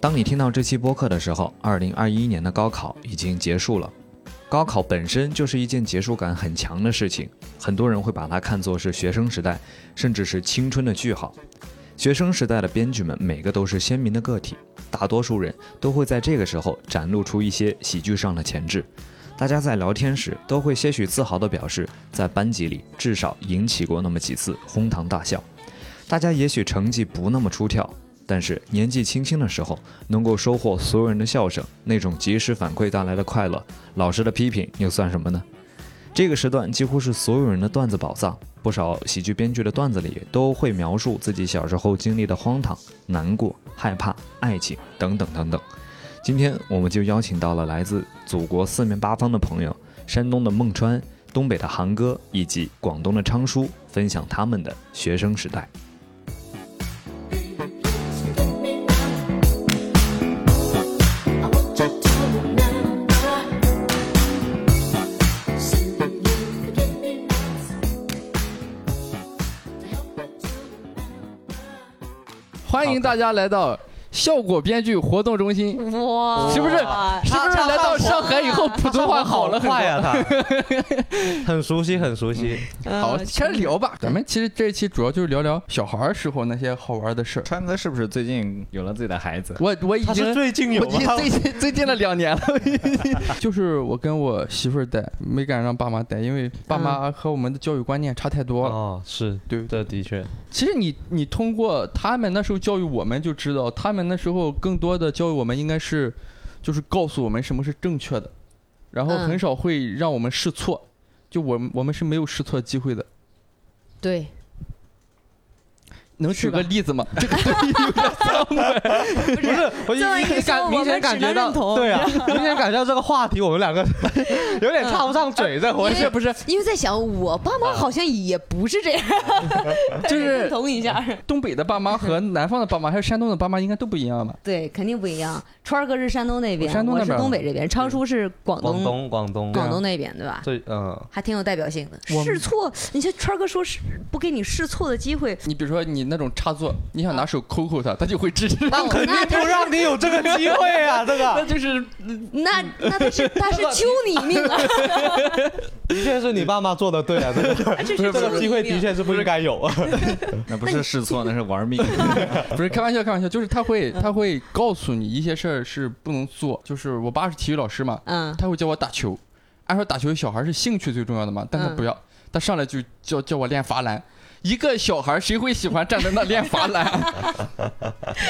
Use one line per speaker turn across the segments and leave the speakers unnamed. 当你听到这期播客的时候，二零二一年的高考已经结束了。高考本身就是一件结束感很强的事情，很多人会把它看作是学生时代，甚至是青春的句号。学生时代的编剧们每个都是鲜明的个体，大多数人都会在这个时候展露出一些喜剧上的潜质。大家在聊天时都会些许自豪地表示，在班级里至少引起过那么几次哄堂大笑。大家也许成绩不那么出挑，但是年纪轻轻的时候，能够收获所有人的笑声，那种及时反馈带来的快乐，老师的批评又算什么呢？这个时段几乎是所有人的段子宝藏，不少喜剧编剧的段子里都会描述自己小时候经历的荒唐、难过、害怕、爱情等等等等。今天我们就邀请到了来自祖国四面八方的朋友，山东的孟川、东北的航哥以及广东的昌叔，分享他们的学生时代。
欢迎大家来到效果编剧活动中心。
哇，
是不是
啊
是不是来到上海以后普通话好了很
快
多？
呀，他很熟悉，很熟悉。
嗯
好，开始聊吧。咱们其实这一期主要就是聊聊小孩儿时候那些好玩的事儿。
川哥是不是最近有了自己的孩子？
我我已
他是
经。
最近有
嗯我已经
吗？
最近最近了两年了， 就是我跟我媳妇儿带，没敢让爸妈带，因为爸妈
嗯
和我们的教育观念差太多了。
哦，是
对
这的 确，
其实你你通过他们那时候教育我们就知道，他们那时候更多的教育我们应该是，就是告诉我们什么是正确的，然后
嗯
很少会让我们试错，就我们我们是没有试错机会的。
对，
能
是
举
吧
个例 子吗？这个对有点苍白。
不是
我
这么一
明
说，
显感
我
明显
们
感
只
觉
能
到
认，同，
对啊，
哦
明显感觉到这个话题我们两个 有点插不上嘴，这
不
回
因为
是嗯不是，
因为在想我爸妈好像也不是这样，
嗯 就
认
是
同一下，
东北的爸妈和南方的爸妈，还有山东的爸妈，应该都不一样吧？
对，肯定不一样。川儿哥是山东那边，
我山东
我
那
是
边
东北这边，昌叔是广
广
东
嗯
东广东
广东那边，对吧？
这嗯，
还挺有代表性的。
我们
试错，你像川儿哥说是不给你试错的机会，
你比如说你那种插座，你想拿手抠抠它，它就会吱吱。
那我那
不
他
让你有这个机会 啊！这个
就是
那那他 是他是救你命啊，
的确是你爸妈做的对啊，这 个
他这是救
这个
你
机会的
命。
确是不应该有。
那不是试错，那是玩命。
不是开玩笑，开玩笑，就是他会他会告诉你一些事儿是不能做。就是我爸是体育老师嘛，
嗯，
他会教我打球。按说打球小孩是兴趣最重要的嘛，但他
嗯
不要，他上来就叫叫我练罚篮。一个小孩谁会喜欢站在那练罚篮？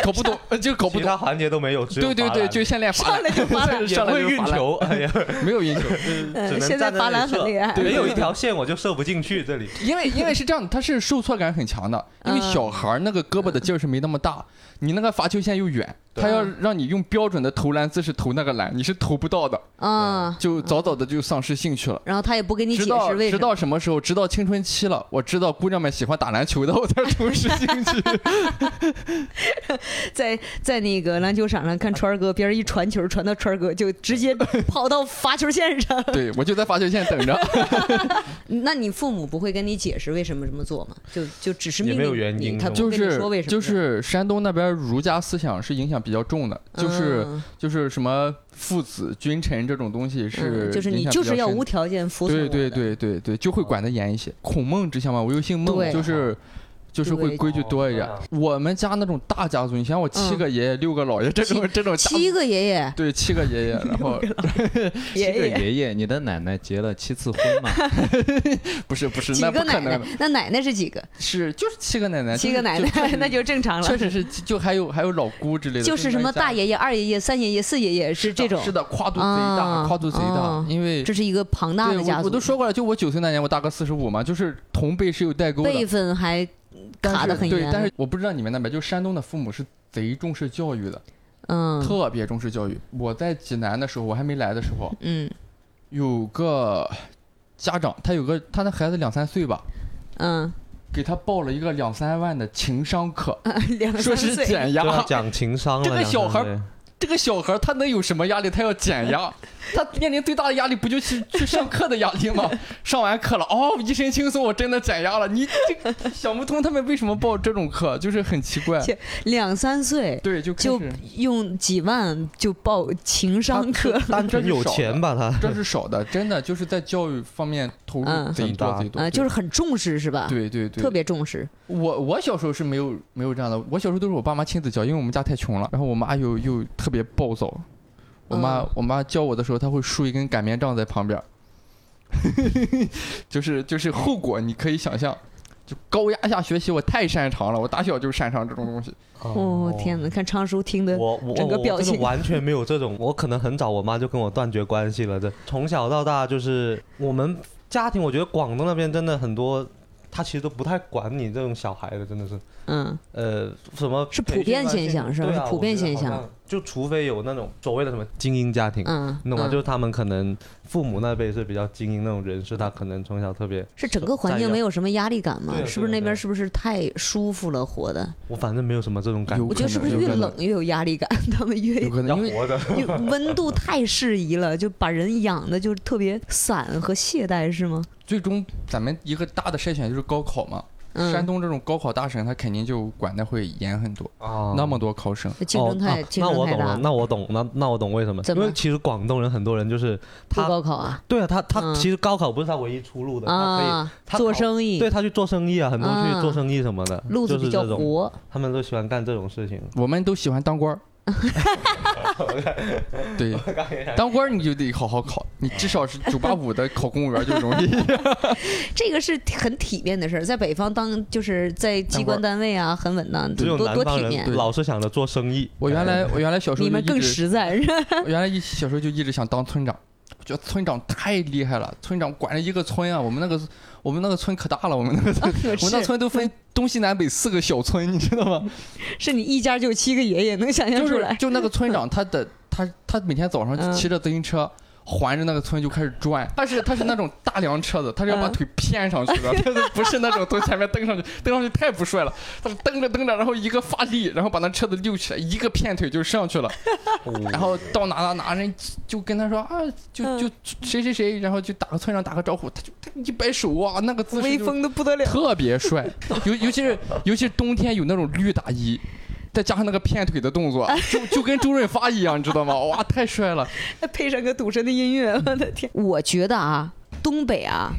搞不懂，呃就搞不
其
懂。
他环节都没有，只有
对对
罚
对，
篮
就先练罚
上
篮，，
来就发 了
上来
也
就是
会运
罚篮，
球，哎呀，
没有运球，
只能
呃现在
站
罚
那
篮
里
很
射
厉害，
对
没有一条线我就射不进去这里。
因为因为是这样的，他是受挫感很强的，因为
嗯
小孩儿那个胳膊的劲儿是没那么大，你那个罚球线又远，
对啊
他要让你用标准的投篮姿势投那个篮，你是投不到的，
嗯，
就早早的就丧失兴趣了。
然后他也不给你解
直到
释为
直
什么。
到什么时候？直到青春期了，我知道姑娘们喜欢打篮球的，我才重拾兴 趣。
在在那个篮球场上看川儿哥，别人一传球传到川儿哥，就直接跑到罚球线上。
对，我就在罚球线等着。
那你父母不会跟你解释为什么这么做吗？就就只是
也
命
没有
令
原
你
因
他
是
就
不
吗
跟你
是
说为什么，
就是山东那边儒家思想是影响比较重的，就是、
嗯
就是什么父子君臣这种东西是、
嗯就是你就是要无。条件服从我
对
的。
对对对对，就会管得严一些。孔孟之乡嘛，我又姓孟，
对
就是。就是会
对
规矩多一点
哦。
我们家那种大家族，你像我七
嗯
个爷爷、六个姥爷这种这种大
七个爷爷，
对七个爷爷，然 后
这个
爷爷。
爷爷，你的奶奶结了七次婚 嘛？
不是不是，
几
那不
个
可
奶奶
能的，？
那奶奶是几个？
是就是七个奶奶，
七
就
个
是
奶
就
奶，
是
那就正常了
确。实是就还有还有老姑之类的，
就是什么大爷爷、二爷爷、三爷爷、四爷爷，
是
是这种
是。的，跨度贼大，
啊
跨度贼
啊
大，因为
这是一个庞大
对
的家
我
族。
我都说过了，就我九岁那年，我大哥四十五嘛，就是同辈是有代沟的，
辈分还
但
卡
是
得很
对
严，
但是我不知道你们那边，就山东的父母是贼重视教育的，
嗯
特别重视教育。我在济南的时候，我还没来的时候，
嗯
有个家长，他有个他的孩子两三岁吧，
嗯，
给他报了一个两三万的情商课，
两
说
三
是
岁，
减
都要
压。
讲情商了，
这个
讲
小孩儿
对
这个小孩他能有什么压力？他要减压，他面临最大的压力不就是去上课的压力吗？ 上完课了，哦，一身轻松，我真的减压了。你这想不通他们为什么报这种课，就是很奇怪。
切两三岁
对，就开
就
始
用几万就报情商课，
单纯有钱 吧他。
这是少的，真的就是在教育方面投入
嗯
贼多
很大
贼多
啊，就是很重视是吧？
对对对，
特别重视。
我我小时候是没有没有这样的，我小时候都是我爸妈亲自教，因为我们家太穷了，然后我妈又又特别暴躁，我妈、
嗯
我妈教我的时候，她会竖一根擀面杖在旁边儿， 就是就是后果你可以想象，就高压下学习我太擅长了，我打小就擅长这种东西，
哦天哪，看昌叔听的
我我
整个表
我真
情
的完全没有这种，我可能很早我妈就跟我断绝关系了。这从小到大就是我们家庭，我觉得广东那边真的很多，他其实都不太管你这种小孩的，真的是
嗯，
呃什么
是
培
普
训
遍
班
现
性
象是吧
对
是
啊
普
我
遍
觉得
现
好
象
像，就除非有那种所谓的什么精英家庭。
嗯，
你懂吗？
嗯
就是他们可能父母那辈是比较精英那种人士，他可能从小特别，
是整个环
在
境
意
没有什么压力感
对
吗？
啊
是不是
对啊
那
对
边
啊
是不是太舒服了活的？
我反正没有什么这种感
有
觉
我觉得是不是
有
越
可能
冷越有压力感？他们越
有可能
要
因为
活着。
越温度太适宜了，就把人养的就特别散和懈怠是吗？
最终咱们一个大的筛选就是高考嘛，山
嗯，
东这种高考大省，他肯定就管的会严很多，
啊
那么多考生，
竞争太、
哦
竞
那
争
我
太
懂
大
了，，那我懂，那那我懂为什么？
怎
因
么
为其实广东人很多人就是
不
他，
高考啊
对啊，他他、
嗯
其实高考不是他唯一出路的，他
啊，
他
做
考
生
可以
意
对他去做生意啊，很多去做生意什么的，
啊路子
嗯就是
比较
这种
活，
他们都喜欢干这种事情。
我们都喜欢当官儿。对，当官儿你就得好好考，你至少是九八五的考公务员就容易。
这个是很体面的事儿，在北方当就是在机关单位啊，很稳当，
只
多
有
多
南
体
方人
面。
老是想着做 生意。
我原来我原来小时候
你
就
们
一
更
直，
实在，是吧
我原来一小时候就一直想当村长，我觉得村长太厉害了，村长管着一个村啊，我们那个我们那个村可大了，我们那个村我们那
啊是
村都分东西南北四个小村，你知道吗？
是你一家就有七个爷爷，能想象
就
出
是
来？
就那个村 长，他的他他每天早上
嗯啊
骑着自行车。环着那个村就开始转，他是他是那种大梁车子，他是要把
嗯
腿偏上去的，他不是那种从前面蹬上去，蹬上去太不帅了。他是蹬着蹬着，然后一个发力，然后把那车子溜起来，一个偏腿就上去了。然后到哪哪哪人就跟他说啊，就就
嗯
谁谁谁，然后就打个村上打个招呼，他就他一摆手啊，那个姿势
威
就
风的不得了。
特别帅，尤尤其是尤其是冬天有那种绿大衣。再加上那个骗腿的动作，就就跟周润发一样，你知道吗？哇，太帅了！
配上个赌神的音乐， 我的天！我觉得啊，东北啊，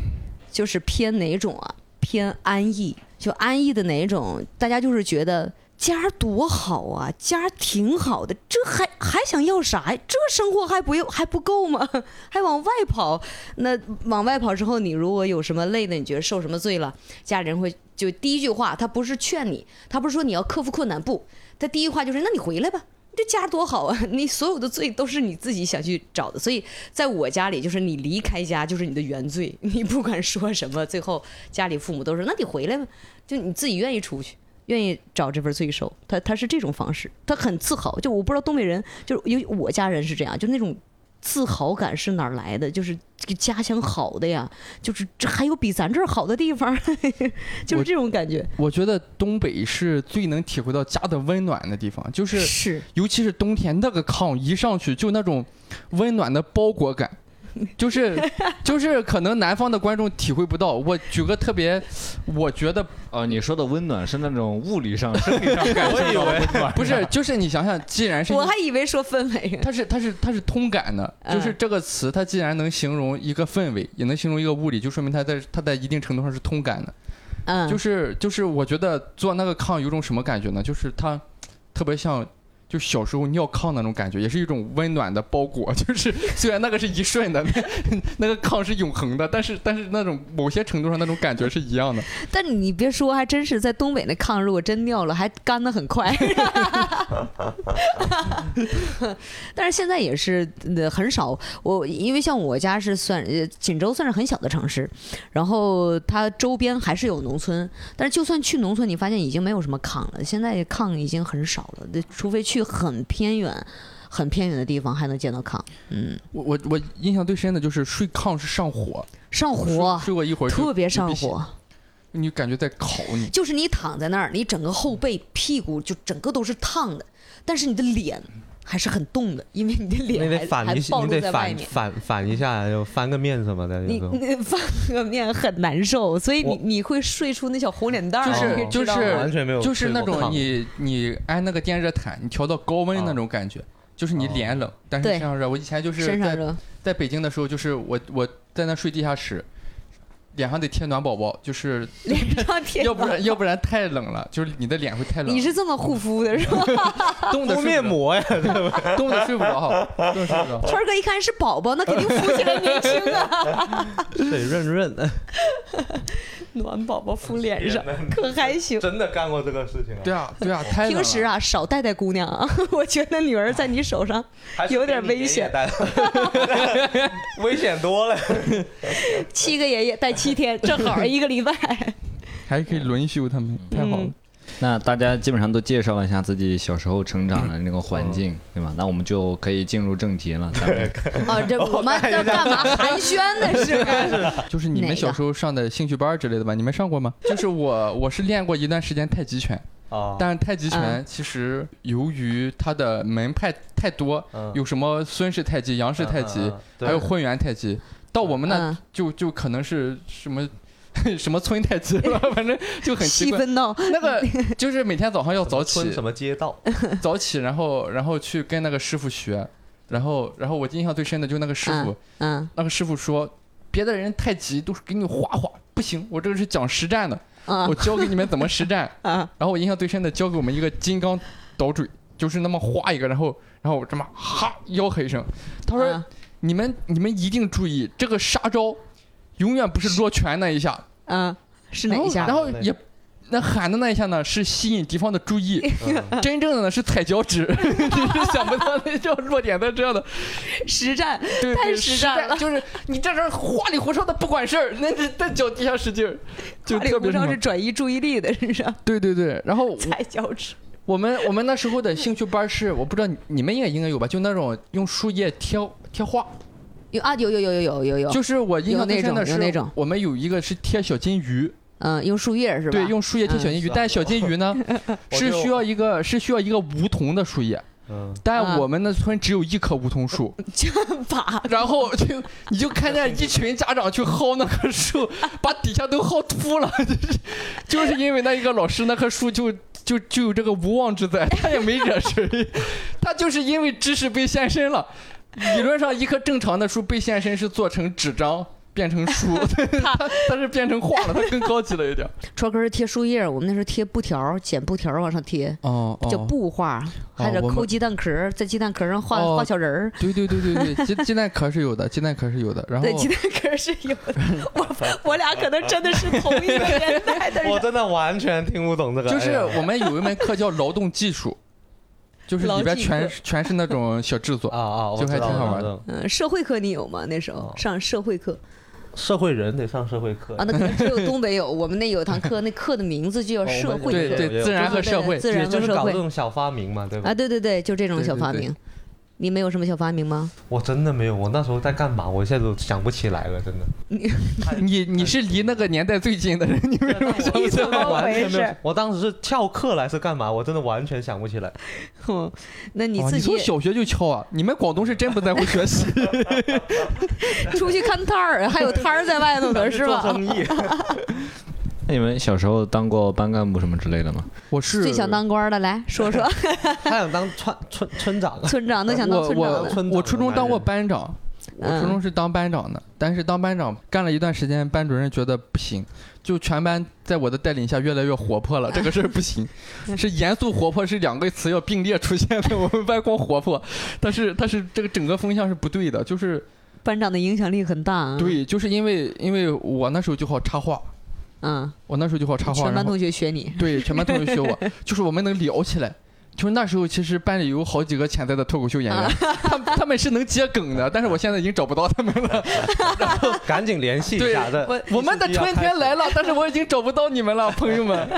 就是偏哪种啊，偏安逸，就安逸的哪种，大家就是觉得。家儿多好啊，家儿挺好的，这还还想要啥呀？这生活还不用还不够吗？ 还往外跑？那往外跑之后，你如果有什么累的，你觉得受什么罪 了，家里人会就第一句话，他不是劝你，他不是说你要克服困难，不，他第一话就是那你回来吧，这家多好啊！ 你所有的罪都是你自己想去找的，所以在我家里，就是你离开家就是你的原罪。 你不管说什么，最后家里父母都说：“那你回来吧。”就你自己愿意出去，愿意找这份罪受。他他是这种方式，他很自豪。就我不知道东北人，就是因为我家人是这样，就那种自豪感是哪儿来的？就是这个家乡好的呀，就是这还有比咱这儿 好的地方，就是这种感觉。
我觉得东北是最能体会到家的温暖的地方，就是
是
尤其是冬天，那个炕一上去就那种温暖的包裹感，就是就是可能南方的观众体会不到。我举个特别，我觉得
哦，你说的温暖是那种物理上、生 理上感受
我以
到的
为
温暖，
不是，就是你想想，既然是一
我还以为说氛围，
它是它是它是通感的，
嗯
就是这个词，它既然能形容一个氛围，也能形容一个物理，就说明它在它在一定程度上是通感的。
嗯，
就是就是，我觉得坐那个炕有种什么感觉呢？就是它特别像。就小时候尿炕那种感觉，也是一种温暖的包裹。 就是虽然那个是一瞬的， 那那个炕是永恒的，但是但是那种某些程度上那种感觉是一样的。
但你别说，还真是在东北那炕，如果真尿了，还干得很快。 但是现在也是呃很少，我因为像我家是算呃锦州算是很小的城市，然后它周边还是有农村，但是就算去农村，你发现已经没有什么炕了，现在炕已经很少了，对除非去很偏远、很偏远的地方还能见到炕。嗯，
我我我印象最深的就是睡炕是上火，
上
睡
火，
睡过一会儿就
特别
就
上
必须
火。
你感觉在烤你。
就是你躺在那儿，你整个后背、屁股就整个都是烫的，但是你的脸还是很冻的，因为你的
你
脸
得
还
反
还
一，
暴
你
露
得
在外
反
面。
反反一下，就翻个面什么的。
你
有时 候
你翻个面很难受，所以你
我
你会睡出那小红脸蛋儿，哦
就是
你知道
就是
吗
完全没有睡过炕，
就是那种你你按那个电热毯，你调到高温
啊
那种感觉，就是
哦
你脸冷，但是
对
身上热。我以前就是
身上
在
热，
在北京的时候，就是我我在那睡地下室，脸上得贴暖宝宝，就是
脸上贴
要不然
暖
要不然太冷了，就是你的脸会太冷，
你是这么护肤的是吧？
冻的
敷面，膜 呀，
冻的睡不着，冻的睡不着。
川儿哥一看是宝宝，那肯定敷起来年轻啊，
水润润，
暖宝宝敷脸上，可还行。
真的干过这个事情啊
对？啊对啊，太冷了。
平时啊，少带带姑娘啊， 我觉得女儿在你手上
还是
有点
给你
危
爷爷
险
带的， 危险多了。
七个爷爷带七天，正好一个礼拜。
还可以轮休他们，太好了
嗯。
那大家基本上都介绍了一下自己小时候成长的那个环
嗯
境，对吧？那我们就可以进入正题了。咱 们
啊，这我们要干嘛寒暄呢？ 是嗯吧？
就是你
哪
们
个
小时候上的兴趣班之类的吧？你们上过吗？就是我，我是练过一段时间太极拳，
啊，
但是太极拳
嗯
其实由于它的门派太多，
嗯
有什么孙氏太极、杨氏太极，
嗯嗯嗯
还有混元太极，到我们那
嗯
就就可能是什么 什么村太 极了，反正就很奇
细
怪。
分到
那个就是每天早上要早
什么
起
村，什么街 道，
早起，然后然后去跟那个师傅学，然后然后我印象最深的就是那个师傅，
嗯
那个师傅说，别的人太极都是给你画画，不行，我这个是讲实战的，我
嗯
教给你们怎么实战。
嗯，
然后我印象最深的教给我们一个金刚倒坠，就是那么画一个，然后然后我这么哈吆喝一声，他说、
嗯
你们你们一定注意这个杀招，永远不是落拳那一下，
嗯是哪一下
然？后然后也。那喊的那一下呢，是吸引敌方的注 意，
嗯
真正的呢是踩脚趾， 你是想不到那叫落点在这样的，
实战
对，
太
对
实
实
战
战
了
就是你在这儿花里胡哨的不管事儿，那那那脚底下使劲儿，就
花里
特别
胡
什
哨
么
是转移注意力的，是吧？
对对对。然后我
踩脚趾，
我们我们那时候的兴趣班是，我不知道你你们也应该有吧，就那种用树叶贴贴画，
有啊，有有有有有有有，
就是我印象最深的
有
是
那种有那种
我们有一个是贴小金鱼，
嗯，用树叶是吧？
对， 用树叶贴小金鱼，
嗯
但小金鱼呢
我
是
就
需要一个是需要一个梧桐的树叶，
嗯，
但
啊
我们那村只有一棵梧桐树，
把
然后就你就看见一群家长去薅那棵树，把底下都薅秃了，就是就是因为那一个老师那棵树就就就有这个无妄之灾，他也没惹谁，他就是因为知识被现身了。理论上，一棵正常的树被现身是做成纸张变成书， 他他是变成画了，他更高级了一点。
川哥是贴树叶，我们那时候贴布条，剪布条往上贴，
哦
叫布画，还得
我们
抠鸡蛋壳儿，在鸡蛋壳上画
哦
画小人儿。
对对对对对，鸡鸡蛋壳是有的，鸡蛋壳是有的。然后
对，鸡蛋壳是有的。 我我俩可能真的是同一个年代的
我
人。
真的完全听不懂这个，
就是
哎呀
我们有一门课叫劳动技术，就是里边全是全是那种小制作
啊。啊，我
就还
知道
挺好
了
玩的。
嗯，社会课你有吗？那时候
哦
上社会课
社会人得上社会课
啊，，那可能只有东北有。我们那有堂课，那课的名字就叫社会
对
有
课
有
对，自然和社会。
自然
就
和
是
社
搞
会
这种小发明嘛，对吧
啊，？对对对，就这种
对
小发
对对
明。你们有什么小发明吗？
我真的没有，我那时候在干嘛？我现在都想不起来了，真的。
你你是离那个年代最近的人，你为什么想不起来？
完全没有。我当时是翘课来是干嘛？我真的完全想不起来。
哼，那你
哇哦
自
你
己
从小学就敲啊！你们广东是真不在乎学习。
出去看摊儿，还有摊儿在外头呢，是
做
吧？
生意，
那你们小时候当过班干部什么之类的吗？
我是
最想当官的来说说，
他想当村村村长。
村长都想当
我
村长
我
的。
村长
我初中当过班长，我
嗯
初中是当班长的，但是当班长干了一段时间，班主任觉得不行，就全班在我的带领下越来越活泼了，这个事儿不 行，是严肃活泼是两个词要并列出现的，我们班光活泼，但是但是这个整个风向是不对的，就是
班长的影响力很大啊。，
对，就是因为因为我那时候就好插话，
嗯，
我那时候就好插话，
全班
然后
同学学你。
对全班同学学 我，就是我们能聊起来。就是那时候，其实班里有好几个潜在的脱口秀演
啊
员，他们他们是能接梗的，但是我现在已经找不到他们了。
赶紧联系一下
对
的。这
我们的春天来了，但是我已经找不到你们了，朋友 们。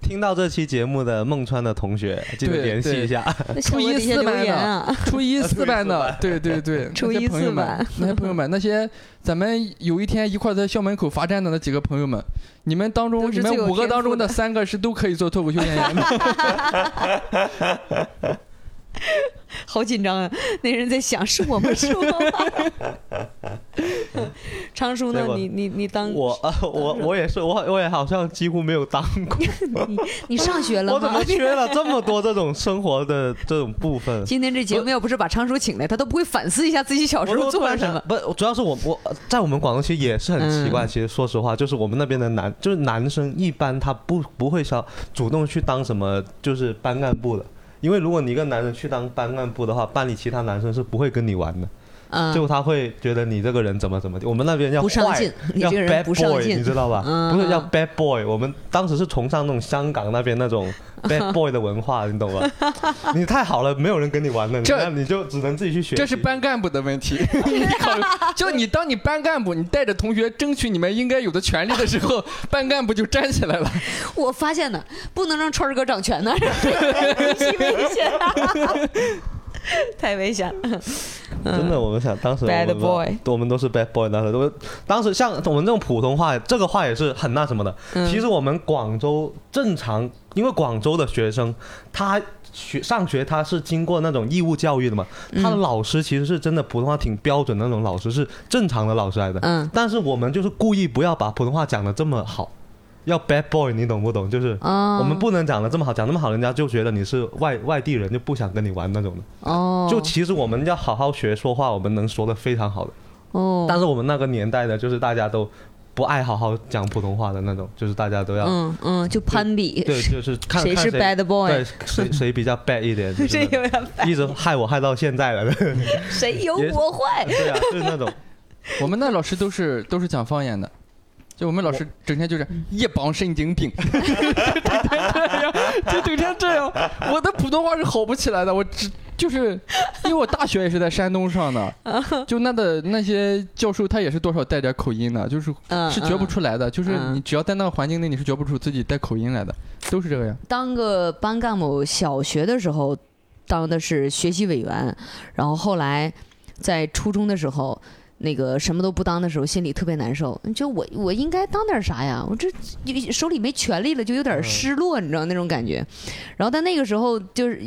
听到这期节目的孟川的同学，记得
对
联系一下。
那
初
小
一
伙底下
四班
留言
的
啊，
初一四班的，对对 对，
初一
那些朋友
四
们
班，
那些朋友们，那些咱们有一天一块儿在校门口罚站的那几个朋友们，你们当中，
都
你
是
们
最有
五个
天
当中
赋的
的三个是都可以做脱口秀演员的。
好紧张啊！ 那人在想是我吗？是我 吗？昌叔呢
结？果
你你你当
我啊， 我我也是，我我也好像几乎没有当过，
你你上学 了
我怎
吗
么？缺了这么多这种生活的这种部 分？
今天这节目要不是把昌叔请来，他都不会反思一下自己小时
我
候
我突
做了
然
什
想
么。
不，主要是我我在我们广东其实也是很奇怪。
嗯
其实说实话，就是我们那边的男，就是男生一般他不不会想主动去当什么就是班干部的，因为如果你一个男人去当班干部的话，班里其他男生是不会跟你玩的，
嗯
就他会觉得你这个人怎么怎么地。我们那边要
不上
坏
进你
要
这个人
bad
不上
boy，
进
你知道吧？
嗯
不是要 bad boy，我们当时是崇尚那种香港那边 那种 bad boy 的文化，你懂吧？ 你太好了，没有人跟你玩了，你
这
那你就只能自己去学 习。
这是班干部的问题。 你考虑，就你当你班干部，你带着同学争取你们应该有的权利的时候，班干部就站起来了。
我发现呢，不能让川儿哥掌权呢， 太危险 了，太危险了。嗯
真的，我们想当时
Bad
我们
boy
我们都是 bad boy，当时都当时像我们这种普通话，这个话也是很那什么的。
嗯
其实我们广州正常，因为广州的学生他。学上学他是经过那种义务教育的嘛，他的
嗯
老师其实是真的普通话挺标准的那种老师，是正常的老师来的。
嗯
但是我们就是故意不要把普通话讲的这么好，要 bad boy，你懂不懂？就是
啊，
我们不能讲的这么好，讲那么好，人家就觉得你是外外地人，就不想跟你玩那种的。
哦，
就其实我们要好好学说话，我们能说的非常好的。
哦，
但是我们那个年代的，就是大家都不爱好好讲普通话的那种，就是大家都要、
嗯嗯，就攀比，
对，就是看
谁
看
是 bad boy
对，谁谁比较 bad 一点，就是
谁
那种
有点
一直害我害到现在了。
谁有
也
我坏？
对啊，就是那种
我们那老师都是都是讲方言的。就我嗯们老师整天就是一帮神经 病，就整天这样，就整天这样。我的普通话是好不起来的，我只就是因为我大学也是在山东上的， 就那的那些教授他也是多少带点口音的，就是
嗯，
是觉不出来的，就是
嗯
你只要在那个环境内，你是觉不出自己带口音来的，都是这个样。
嗯当个班干部，小学的时候当的是学习委员，然后后来在初中的时候，那个什么都不当的时候，心里特别难受。就我我应该当点啥呀？我这有手里没权力了，就有点失落，你知道那种感觉。然后但那个时候就是。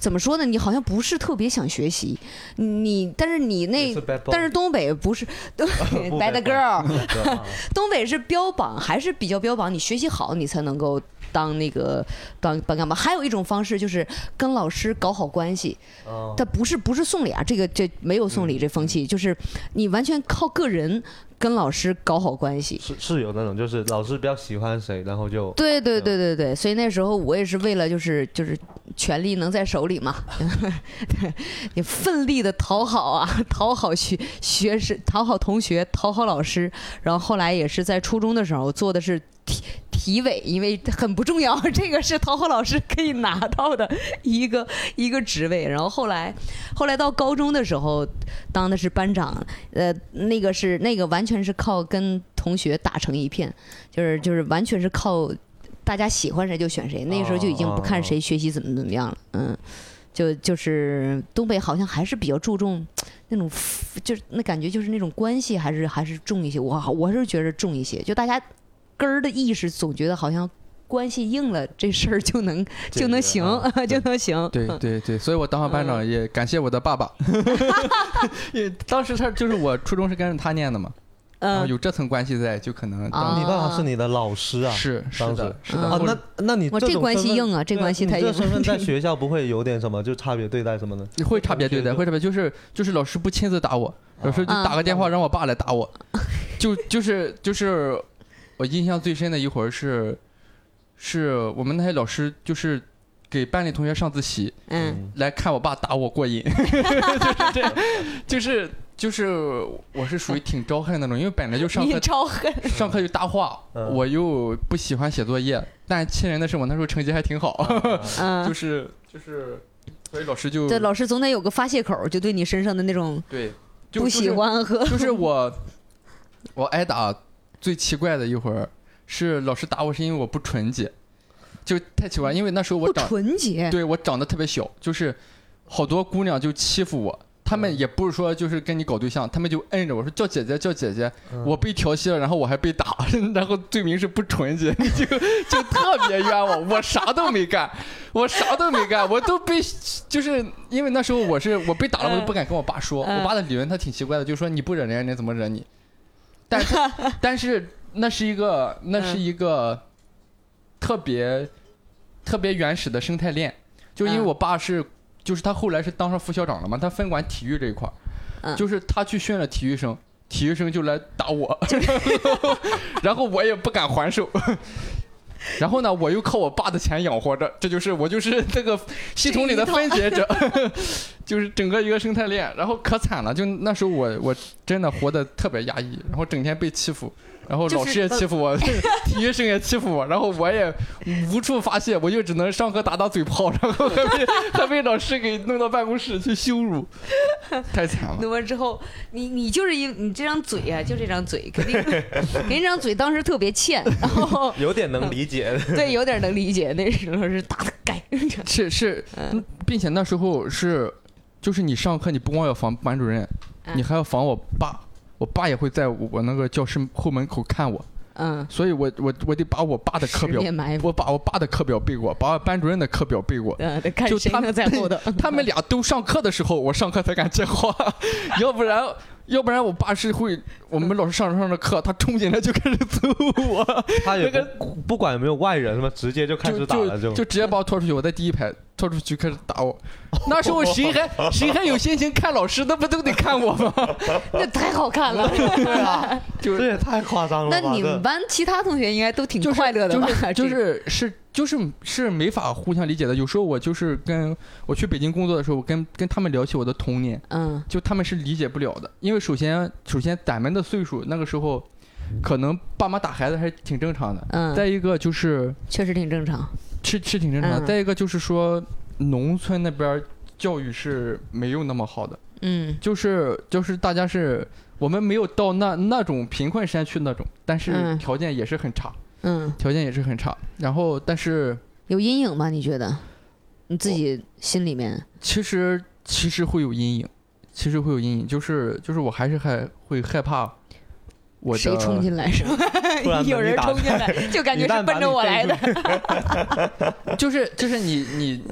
怎么说呢？你好像不是特别想学习，你但是你那
也是 bad boy，
但是东北不是东北
不
bad
bad
girl，
对啊
东北是标榜，还是比较标榜你学习好，你才能够当那个当班干部。还有一种方式就是跟老师搞好关系，
哦
但不是不是送礼啊，这个这没有送礼这风气，就是你完全靠个人跟老师搞好关系。
是是有那种，就是老师比较喜欢谁，然后就
对对对对对，所以那时候我也是为了就是就是权力能在手里嘛，也奋力的讨好啊， 讨好学学生，讨好同学，讨好老师。然后后来也是在初中的时候做的是体体委，因为很不重要， 这个是讨好老师可以拿到的 一个一个职位。然后后来后来到高中的时候当的是班长，呃，那个是那个完全是靠跟同学打成一片。就是就是完全是靠大家喜欢谁就选谁，那时候就已经不看谁学习怎么怎么样了，嗯，就就是东北好像还是比较注重那种，就是那感觉就是那种关系还是还是重一些，我好我是觉得重一些，就大家根儿的意识总觉得好像关系硬了这事儿就能
解
就能
决
行
啊
就能行，嗯
对对对，所以我当上班长也感谢我的 爸爸，因为嗯当时他就是我初中是跟着他念的嘛，然后
嗯，
有这层关系在，就可能当
啊
哦
哦
你爸爸是你的老师啊，
是是
当
的
时，
是的。
啊，那那你
我这
种
关系
身份
硬啊这
对
关系
你
太
这
硬
身份 在学校不会有点什么就差别对待什么的？
你会差别对待，会差别就是就是老师不亲自打我，
啊
老师就
啊
打个电话让我爸来打 我，就就是就是我印象最深的一会儿是，是我们那些老师就是给班里同学上自习，
嗯，
来看我爸打我过 瘾，就是这，就是就是我是属于挺招恨那种，因为本来就上
你
课
超狠，
上课就搭话，
嗯
我又不喜欢写作业，但气人的是我那时候成绩还挺好，就
嗯，
是就是，所以老师就
对，老师总得有个发泄口，就对你身上的那种
对就
不喜，欢和
就是就是我我挨打最奇怪的一会儿是老师打我是因为我不纯洁，就太奇怪，因为那时候我
不
长
纯洁，
对我长得特别小，就是好多姑娘就欺负我，她
嗯
们也不是说就是跟你搞对象，她们就摁着我说叫姐姐叫姐姐，
嗯
我被调戏了，然后我还被打， 然后罪名是不纯洁，你就就特别冤枉，我啥都没干，我啥都没干，我都被就是因为那时候我是我被打了，我都不敢跟我爸说。
嗯
我爸的理论他挺奇怪的，就说你不惹人家，人家怎么惹你？但是 但是那是一个那是一个特别特别原始的生态链，就因为
嗯
我爸是就是他后来是当上副校长了嘛，他分管体育这一块儿，
嗯
就是他去训了体育生。体育生就来打我， 然后我也不敢还手，然后呢，我又靠我爸的钱养活着，这就是我就是这个系统里的分解 者，就是整个一个生态链。然后可惨了，就那时候我我真的活得特别压抑，然后整天被欺负，然后
就
老
是
师也欺负我， 体育生也欺负我，然后我也无处发泄，我就只能上课打打嘴炮，然后还被还被老师给弄到办公室去羞辱，太惨了。
弄完之后，你你就是一你这张嘴啊，就这张嘴，肯 定肯定这张嘴当时特别欠，然后
有点能理解。
对有点能理解，那时候是打的该，
是是，
嗯
并且那时候是，就是你上课你不光要防班主任，
嗯
你还要防我爸，我爸也会在我我那个教室后门口看我，
嗯，
所以我我我得把我爸的课
十
表
面，埋伏，
我把我爸的课表背过，把我班主任的课表背过。
嗯，得看
就
谁
他
能
们
在 后头。
他们俩都上课的时候，我上课才敢接话， 要不然。要不然我爸是会，我们老师上着上着课，他冲进来就开始揍我，
他也
那
不不管有没有外人嘛，直接就开始打了
就
就。
就直接把我拖出去，我在第一排拖出去开始打 我。那时候谁还谁还有心情看老师？那不都得看我 吗？
那太好看了。
啊 就
这也太夸张了
那
吧！
你们
这
班其他同学应该都挺
就是
快乐的吧？
就
这个
是是就是是没法互相理解的。有时候我就是跟我去北京工作的时候，我跟跟他们聊起我的童年，
嗯
就他们是理解不了的，因为首先首先咱们的岁数那个时候，可能爸妈打孩子还是挺正常的。
嗯，
再一个就是
确实挺正常。
是是挺正常的，
嗯
再一个就是说农村那边儿教育是没有那么好的，
嗯
就是就是大家是我们没有到那那种贫困山区那种，但是
嗯
条件也是很差，
嗯，
条件也是很差。然后但是。
有阴影吗？你觉得？你自己心里面，
其实其实会有阴影，其实会有阴影，就是就是我还是害会害怕我的
谁冲进来是吧
突然？门
有人
一打
冲进来，就感觉是奔着我来的。
就是就是你你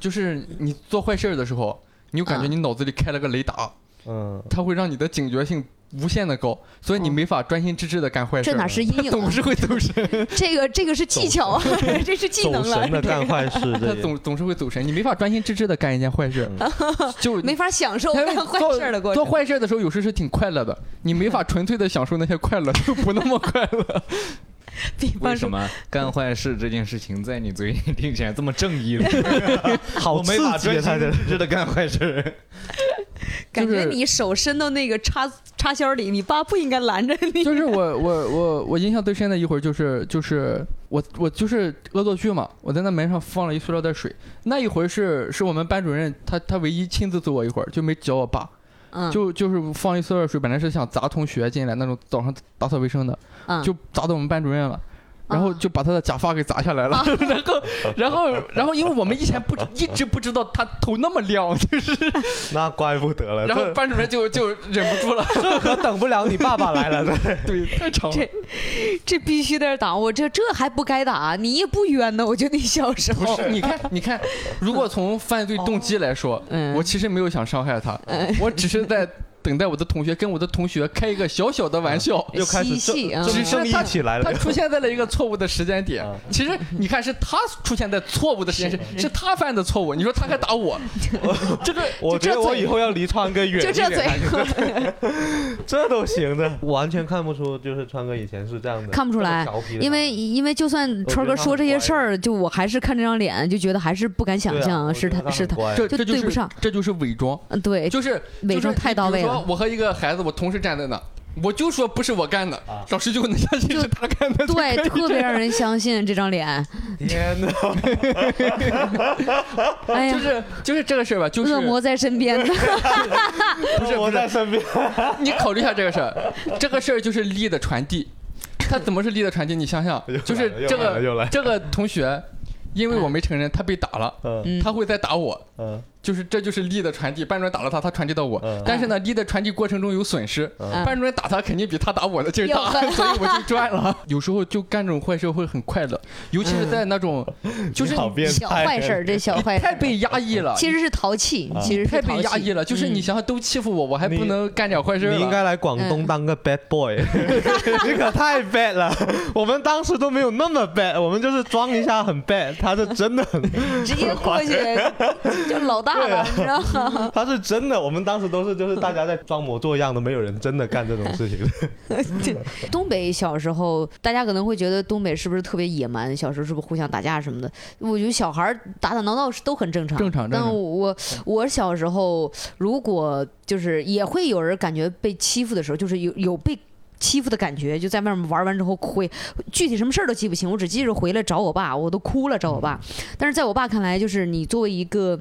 就是你做坏事儿的时候，你就感觉
嗯啊
你脑子里开了个雷达，
嗯，
它会让你的警觉性无限的高，所以你
哦
没法专心致志的干坏事
这
儿。
哪是阴影
总
啊？
是会走神，
这个这个是技巧啊， 这是技
走
能啊
神的干
了，
坏事，
它
这 也
总总是会走神，你没法专心致志的干一件坏事，就
没法享受
因为
干坏
哎做
事儿的过
做
程。
坏事的时候，有时是挺快乐的，你没法纯粹的享受那些快乐，就不那么快乐。
比
为
方
什
说，
么干坏事这件事情在你嘴里听起来这么正义呢？
好
我
刺
没法
激啊，
专
他
心
这
致志的干坏 事，
感觉
就是
你手伸到那个插插销里，你爸不应该拦着 你。
就是我我我我印象最深的一会儿就是就是我我就是恶作剧嘛，我在那门上放了一塑料袋水，那一会儿是是我们班主任他他唯一亲自揍我一会儿，就没教我爸，
嗯，
就就是放一塑料袋水，本来是想砸同学进来那种早上打扫卫生的，
嗯
就砸到我们班主任了。然后
啊
就把他的假发给砸下来了，
嗯
然 后，然后，然后，因为我们以前不知一直不知道他头那么 亮，就是，
那怪不得了。
然后
这
班主任就就忍不住 了，
这可等不了你爸爸来了，这
对，太长了
这。这必须得打，我这这还不该打，你也不冤呢。我觉得你小时
不
候，
是，哦你看，你看，如果从犯罪动机来说，
嗯
我其实没有想伤害他
嗯，
我只是在等待我的同学跟我的同学开一个小小的玩笑。
又开始
嬉戏啊
正正正义
他
起来
他
了。
出现在了一个错误的时间点
嗯，
其实你看是他出现在错误的时间，是是他犯的错误。你说他还打我， 这个
我觉
这
得我
嘴
以后要离川哥远一
就
点。
这嘴，
这都行的，完全看不出就是川哥以前是这样的，
看不出来
这么调皮的
因为因为就算川哥说这些事儿，就我还是看这张脸，就觉得还是不敢想
对啊
象是他是他，，
我觉
这
得
这
就哎对
就
不
是
上
这就是伪装，
嗯，对，
就是
伪装太到
就是你
位
比如说
了。
我和一个孩子，我同时站在那，我就说不是我干的
啊，
老师就能相信是他 干的。就
对
可，以
特别让人相信这张脸。
他很乖天哪，
哎呀
就，是就是这个事儿吧，就是
恶魔在身边的，
不是我在身边，
你考虑一下这个事儿，这个事儿就是力的传递，它怎么是力的传递？你想想
又来了，
就是这
又来了又来
个
了
这个同学，因为我没承认，他被打了，
嗯
嗯
他会再打我，
嗯
就是这就是力的传递，班主任打了他，他传递到我。
嗯
但是呢，力的传递过程中有损失，
嗯
班主任打他肯定比他打我的劲儿
要
大， 所以我就赚了。 有时候就干这种坏事会很快乐，尤其是在那种，就是
你好变态
小坏事儿，这小嗯坏事
太
儿
被压抑了，啊
其实是淘气，其实是
太被
淘
压
气
抑了。就是你
嗯
想想，都欺负我，我还不
你
能干点坏事儿
你应
了。
该来广东
嗯
当个 bad boy，你可太 bad 了。我们当时都没有那么 bad，我们就是装一下很 bad，他是真的 很，
直接嗯过去 就老大
啊
了，你知道吗？
他是真的。我们当时都是就是大家在装模作样的，没有人真的干这种事情。
东北小时候，大家可能会觉得东北是不是特别野蛮？小时候是不是互相打架什么的？我觉得小孩儿打打闹闹是都很正常。
正常正
但
常
我我小时候，如果就是也会有人感觉被欺负的时候，就是有有被。欺负的感觉，就在外面玩完之后回，具体什么事儿都记不清，我只记着回来找我爸，我都哭了找我爸。但是在我爸看来，就是你作为一个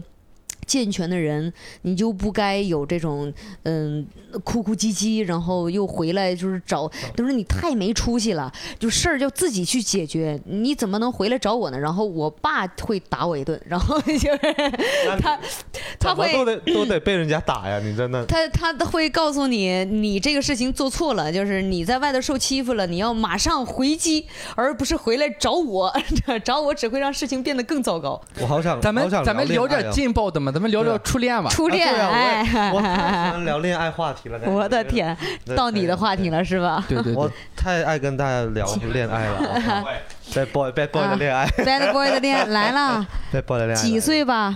健全的人，你就不该有这种嗯哭哭唧唧，然后又回来就是找，都是你太没出息了，就事儿就自己去解决，你怎么能回来找我呢？然后我爸会打我一顿，然后 就是他 他
怎么
会
都得都得被人家打呀！你真的
他他都会告诉你，你这个事情做错了，就是你在外头受欺负了，你要马上回击，而不是回来找我， 找我只会让事情变得更糟糕。
我好想，
咱
好
们
想
咱们
恋
聊
爱
点
啊
劲爆的嘛，咱们聊聊
对啊
初 恋吧。
初恋哎
啊对啊我也
爱，
我太喜欢聊恋爱话题了。
我的，天，到你的话题了是吧
对对对
我，太爱跟大家聊恋爱 了。bad boy bad boy 的恋爱
？Bad Boy 的恋爱 来了，
，bad boy 的恋爱。
啊几？岁吧？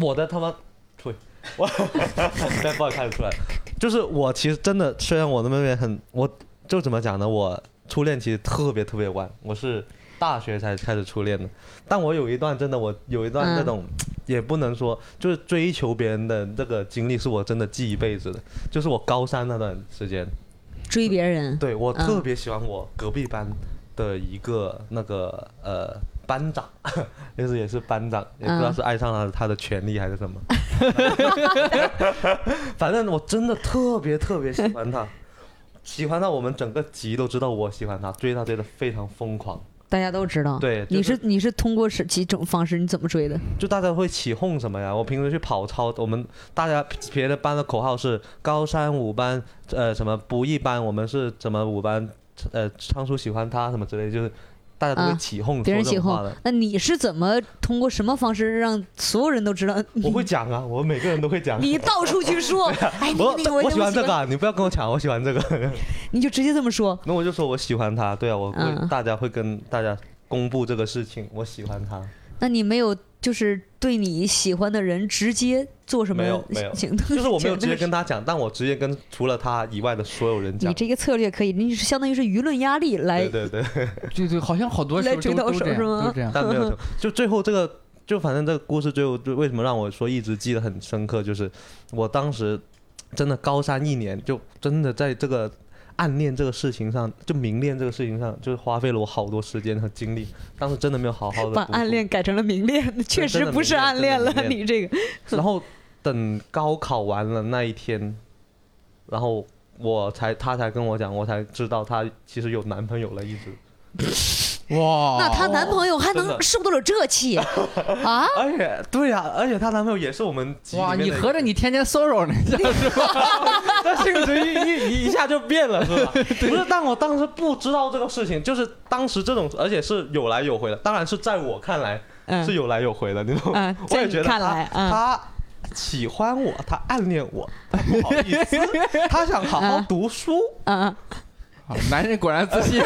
我的他妈， 呸！我 bad boy 看得出来，就是我其实真的，虽然我那边很，我就怎么讲呢？我初恋其实特别特别晚，我是大学才开始初恋的，但我有一段真的，我有一段
嗯
那种。也不能说，就是追求别人的这个经历是我真的记一辈子的，就是我高三那段时间，
追别人，
对我
嗯
特别喜欢我隔壁班的一个那个呃班长， 就是也是班长，也不知道
嗯
是爱上了他的权利还是什么， 反正我真的特别特别喜欢他，喜欢到我们整个级都知道我喜欢他，追他追的非常疯狂，
大家都知道。
对
你
就是
是你是通过是几种方式？你怎么追的？
就大家会起哄什么呀？我平时去跑操，我们大家别的班的口号是高三五班，呃，什么不一班，我们是什么五班，呃，仓鼠喜欢他什么之类，就是大家都会
啊
起哄、
别
说
人
这
起
种话
哄
的。，
那你是怎么通过什么方式让所有人都知道？
我会讲啊，我每个人都会讲。
你到处去 说，哎，那
我
个那个，我
喜欢这个，啊，你不要跟我抢，我喜欢这个。
你就直接这么说。
那我就说我喜欢他，对啊，我会、
嗯
大家会跟大家公布这个事情，我喜欢他。
那你没有就是对你喜欢的人直接做什么
没有没有
行动？
就是我没有直
行
接
动
跟他讲，但我直接跟除了他以外的所有人讲
你。这个策略可以，你是相当于是舆论压力来
对对对。
对对，好像好多时
来
候
追
都
到
都
手
这样，
是吗
都这样。
但没有 成。就最后这个，就反正这个故事最后就为什么让我说一直记得很深刻，就是我当时真的高三一年，就真的在这个暗恋这个事情上，就明恋这个事情上，就是花费了我好多时间和精力。当时真的没有好好的
把暗恋。改成了明恋， 确实不是暗恋了。
真的明
你这个
然后等高考完了那一天，然后我才他才跟我讲，我才知道他其实有男朋友了，一直。
哇，
那她男朋友还
哦真
能
的
受得了这气 啊？
而且对呀、而且她男朋友也是我们级里
哇，
面的
你
一个
合着你天天骚扰人家是吧？
那性质一一一下就变了，是 吧？不是，但我当时不知道这个事情，就是当时这种，而且是有来有回的。当然是在我看来
嗯
是有来有回的，你懂吗？
嗯，
我
在
也
你
觉得
看
他
来啊，
他喜欢我，他暗恋我，他不好意 思，他想好好读书，
嗯，
啊男人果然自 信。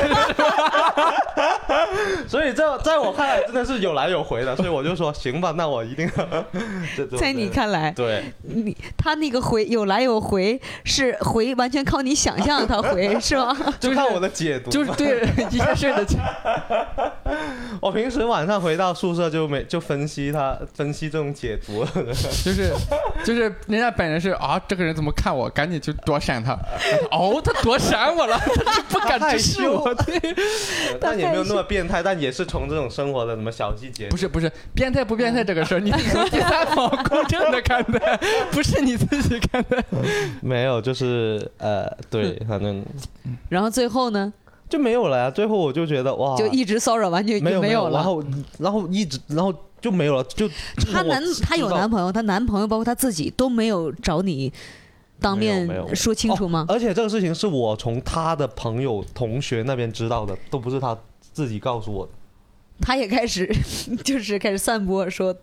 所以这在我看来真的是有来有回的。所以我就说，行吧，那我一定。 这这
在你看来，
对，
你他那个回有来有回，是回完全靠你想象他 回是吧？
就看我的解读。
就是对一件事的，
我平时晚上回到宿舍就没就分析他分析这种解读。
就是就是人家本人是啊，这个人怎么看我，赶紧就躲闪他。哦，他躲闪我了，他是 不敢直视 我。
呃但也没有那么变态，但也是从这种生活的什么小细节
不，是不是，变态不变态这个事儿，你得从第三 方公正的看待，不是你自己看待。
没有，就是呃，对，
嗯
反正
然后最后呢，
就没有了呀。最后我就觉得哇，
就一直骚扰完就
啊没
就
有
有
然
了。
后然后一直然后就没有了，就
她男她有男
朋
朋友，她男朋友包括她自己都没有找你当
没有
面
没有哦
说清楚吗？
而且这个事情是我从他的朋友同学那边知道的，都不是他自己告诉我的，
她也开始 就是开始散播说，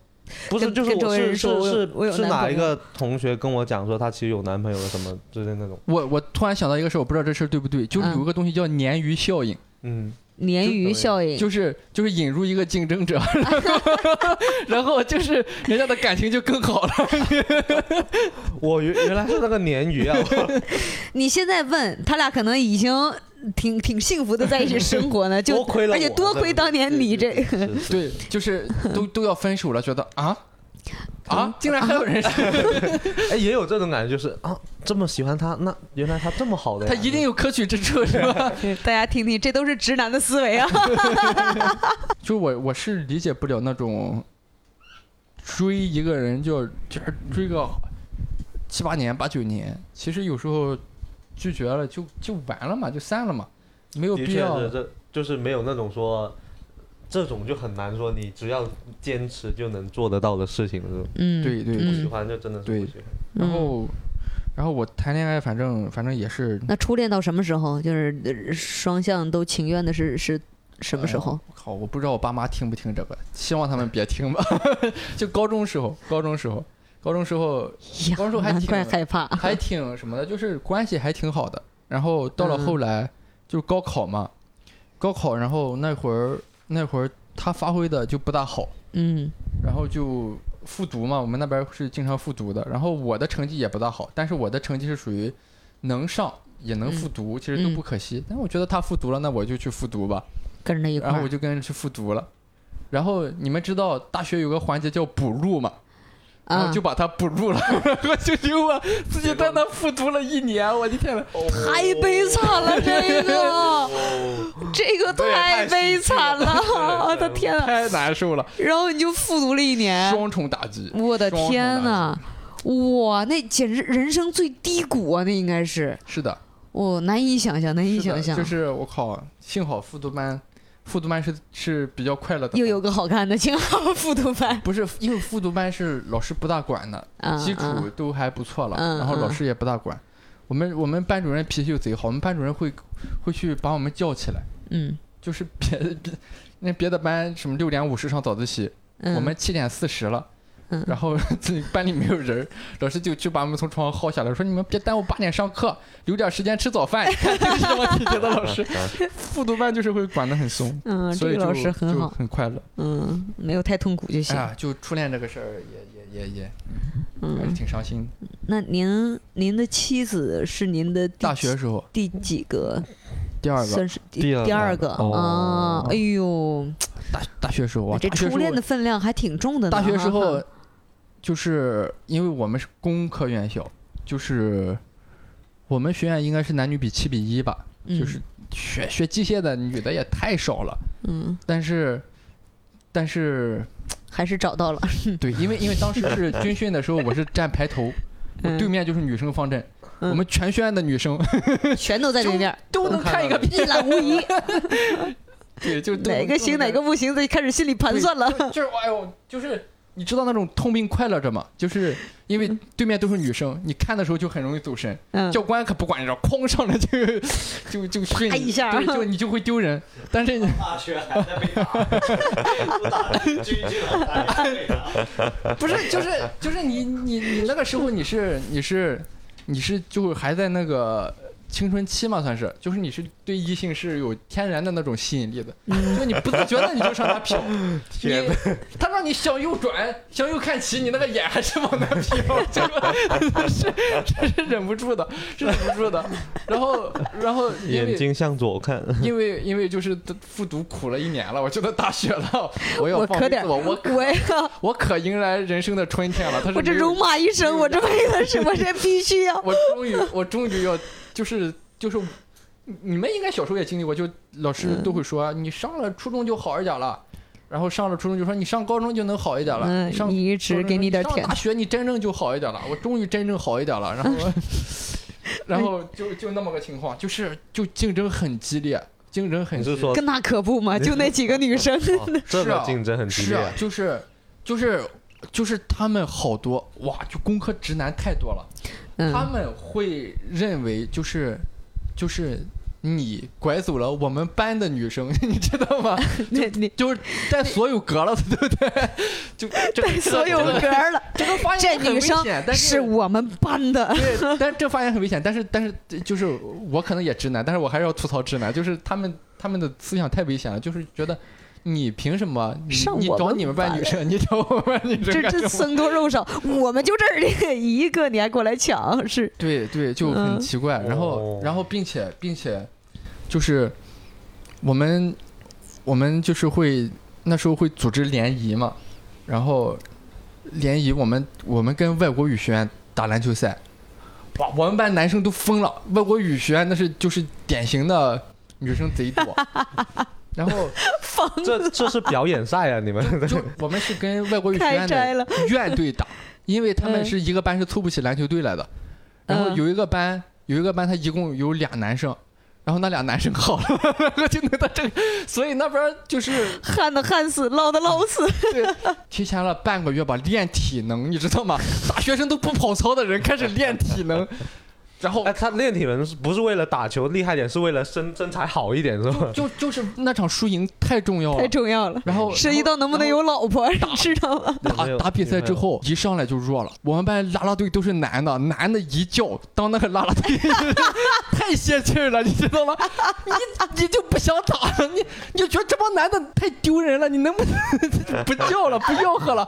不是
跟
就是
跟周
我
围人
是
说我有
是
我有
是是
男
哪
朋
一个同学跟我讲说他其实有男朋友了什么之类那种，
我我突然想到一个事儿，我不知道这事儿对不对，就是有一个东西叫鲶鱼效应，
嗯，
鲶鱼效应，
就是就是引入一个竞争者， 然后就是人家的感情就更好了。
我原原来是那个鲶鱼啊，
你现在问他俩，可能已经挺挺幸福的在一起生活呢，就
多亏了我，
而且多亏当年你这
对，对对是是
对，就是 都都要分手了，觉得啊啊，竟然还有人是，
哎，也有这种感觉，就是啊，这么喜欢他，那原来他这么好的 呀，
他一定有可取之处，是 吧？
大家听听，这都是直男的思维啊！
就我我是理解不了那种追一个人就就是追个七八年八九年，其实有时候拒绝了就就完了嘛，就散了嘛，没有
的
必
确
要
是，。这就是没有那种说，这种就很难说，你只要坚持就能做得到的事情，是吧
嗯，
对对
不喜
嗯，
欢就真的是
对
不喜欢。
然
嗯
后然后我谈恋爱，反正反正也是
那初恋到什么时候？就是呃双向都情愿的是是什么时候？
我靠，我不知道我爸妈听不听这个，希望他们别听吧。 就高中时候，高中时候，高中时候
呀
高中时候还
难
挺
怪害怕。
还挺什么的，就是关系还挺好的。然后到
嗯
了后来，就是高考嘛，高考，然后那会儿那会儿他发挥的就不大好，
嗯
然后就复读嘛，我们那边是经常复读的。然后我的成绩也不大好，但是我的成绩是属于能上也能复读，其实都
嗯
不可惜。但我觉得他复读了，那我就去复读吧。
跟着他一块
然后我
儿，
就跟人去复读了。然后你们知道大学有个环节叫补录嘛，然
啊
后就，把它补录了， 然后就留我自己在那复读了一年，我的天呐，
太悲惨了，这个
哦
这个
对
太
太
悲
戏剧
惨了，我的天啊！
太难受了，
然后你就复读了一年，
双重打击。
我的
双重
天
打
呐，哇，那简直人生最低谷啊！那应该是
是的，
我难以想象，难以
是的
哎想象，
就是我靠，幸好复读班，复读班是是比较快乐的，
又有个好看的，请好复读班
不是因为复读班是老师不大管的，
啊，
基础
啊
都还不错了，
嗯
然后老
嗯
师也不大管。我们我们班主任脾气就贼好，我们班主任会会去把我们叫起来。
嗯
就是别的 别那别的班什么六点五十上早自习，
嗯，
我们七点四十了，
嗯
然后自己班里没有人儿，老师就就把我们从床上薅下来，说你们别耽误八点上课，留点时间吃早饭。 这是什么体贴的老师？
啊
复读班就是会管得很松，
嗯，这
所以
个
就
老师很
就
好，
很快乐。
嗯，没有太痛苦就
哎
行。
呀，就初恋这个事儿也也也也还是
嗯，
挺伤心的。
那您您的妻子是您的第
大学时候
第几个？
第二个
算是
第二个
二个啊
哦！
哎呦，
大大学时候啊，
哎这
大学时
初
候
恋的分量还挺重的呢。
大学时
哈
候
哈，
就是因为我们是工科院校，就是我们学院应该是男女比七比一吧，
嗯
就是学学机械的女的也太少了。
嗯，
但是，但是，
还是找到了。
对，因为因为当时 是军训的时候，我是站排头，我对面就是女生方阵，
嗯
我们全学院的女 生
嗯全都在对面，
都能看一个，
一览无 遗，
对，就
哪个行哪个不行，得开始心里盘算了。
就是哎呦，就是你知道那种痛并快乐着吗？就是因为对面都是女生，你看的时候就很容易走神。
嗯，
教官可不管你，哐上来就 就就训
啪
你
一下
对，就你就会丢人。但是你
大学还在被打，不打了军训了，还在被打。
不是就是就是你你你那个时候你是你是你是就还在那个青春期嘛，算是就是你是对异性是有天然的那种吸引力的，
嗯
就你不自觉的你就上他瞟，
天
你他让你向右转向右看齐，你那个眼还是往那瞟， 这个是这是忍不住的，是忍不住的。然后然后 因为
眼睛向 左看，
因为因为就是复读苦了一年了，我觉得大学了，我要
我
放
可
飞
点，
自我，我
我 要
我可迎来人生的春天了。他是
我这
没有
戎马一生，我这为了什么？这必须 要。
我终于我终于要就是就是，你们应该小时候也经历过，就老师都
嗯
会说、你上了初中就好一点了，然后上了初中就说你上高中就能好一点了，
嗯
你上，
你一直给你点
上
甜
大。学你真正就好一点了，我终于真正好一点了，然 后，然后就就那么个情况，就是就竞争很激烈，竞争很
你
激烈
是说
跟他可不嘛，就那几个女生，
哦这
是
么
啊
竞争很激
是啊
烈，？
就是就是就是他们好多哇，就工科直男太多了，他
嗯，
们会认为就是就是你拐走了我们班的女生， 你知道吗？
那 你
就是带所有格了的，对 不对？就这
带所有
这个
格 儿了，
这个发
这
言很
女
危
生
险，但
是我们班 的。
对，但是这发言很危险。但是但是就是我可能也直男，但是我还是要吐槽直男，就是他们他们的思想太危险了，就是觉得。你凭什么？你
上
你
我
找
们
你们班
班
女生，你找我们班女生
这
干什
这
么？
僧多肉少，我们就这儿这一个，你还过来抢，是
对对，就很
嗯
奇怪。然后
哦，
然后，并且，并且，就是我们我们就是会那时候会组织联谊嘛，然后联谊我们我们跟外国语学院打篮球赛，哇，我们班男生都疯了，外国语学院那是就是典型的女生贼多， 然后
这这是表演赛啊！你们
就我们是跟外国语学
开
院的
斋了，
院队打，因为他们
嗯
是一个班是凑不起篮球队来的，然后
嗯
有一个班有一个班他一共有俩男生，然后那俩男生好了， 然后就能到这个，所以那边儿就是
旱的旱死，涝的涝死。
提前了半个月吧练体能，你知道吗？大学生都不跑操的人开始练体能，然后
哎，他练体能是不是为了打球厉害点，是为了身身材好一点是吧？
就就是那场输赢太重要
太
了，
重要了。
然后
涉及到能不能有老 婆，你知道吗？
打打比赛之后，一上来就弱了。我们班啦啦队都是男的，男的一叫当那个啦啦队， 太泄气儿了，你知道吗？你你就不想打了，你你觉得这帮男的太丢人了，你能不能 不叫了，不吆喝了？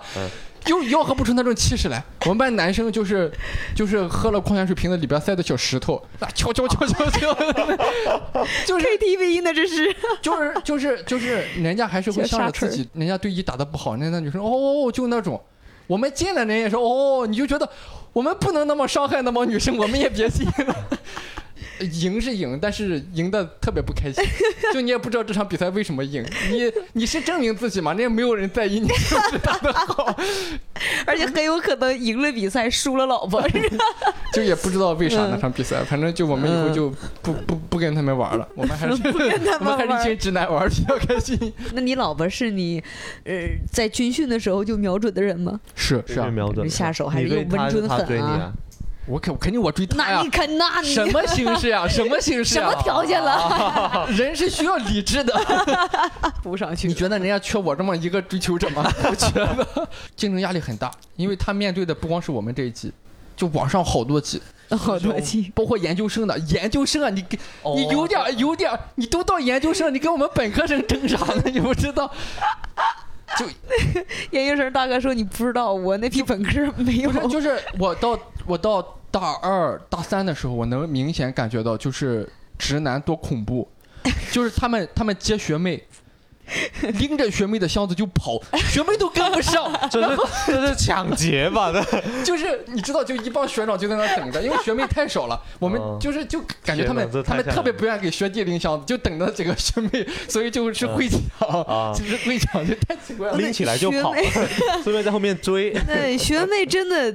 又吆喝不出那种气势来。我们班男生就是就是喝了矿泉水瓶子里边塞的小石头，啊，敲敲敲敲敲， 就是
KTV 呢，这是
就是就是就是，人家还是会上来自己，人家对一打的不好，人家那女生哦哦哦就那种，我们进来人家也说哦，你就觉得我们不能那么伤害那帮女生，我们也别进了。 赢是赢，但是赢的特别不开心，就你也不知道这场比赛为什么赢，你你是证明自己吗？人家没有人在意你是不是打的好，
而且很有可能赢了比赛，输了老 婆。是吧
就也不知道为啥
嗯
那场比赛，反正就我们以后就不不不跟他们玩了，我们还是
他们
我们还是一群直男玩比较开心。
那你老婆是你，呃，在军训的时候就瞄准的人吗？
是
是啊，瞄准
这下手还是
你对
又温
他
准
他
狠
对你
啊
啊！
我肯肯定我追他呀
那你，看，那你
什么形式呀？什么形式啊
什
呀？
么条件了？
人是需要理智的。
补上去
你。觉得人家缺我这么一个追求者吗？ 我觉得 竞争压力很大，因为他面对的不光是我们这一级，就网上好多级，
好多期，
包括研究生的研究生啊，你给你有点有点，你都到研究生，你跟我们本科生争啥呢？你不知道。
研究生大哥说你不知道，我那批本科没有
不。是，就是我到我到大二大三的时候，我能明显感觉到，就是直男多恐怖，就是他们他们接学妹。拎着学妹的箱子就跑，学妹都跟不上，
这是这是抢劫 吧？这
就是你知道，就一帮学长就在那等着，因为学妹太少了，我们
哦
就是就感觉他们
天哪这
他
太
们
吓人
特别不愿意给学弟拎箱子，就等着几个学妹，所以就是会抢，
啊
就是会抢，就太 奇怪了。
拎起来就
学
跑
妹，
顺便在后面 追。
对，学妹真的，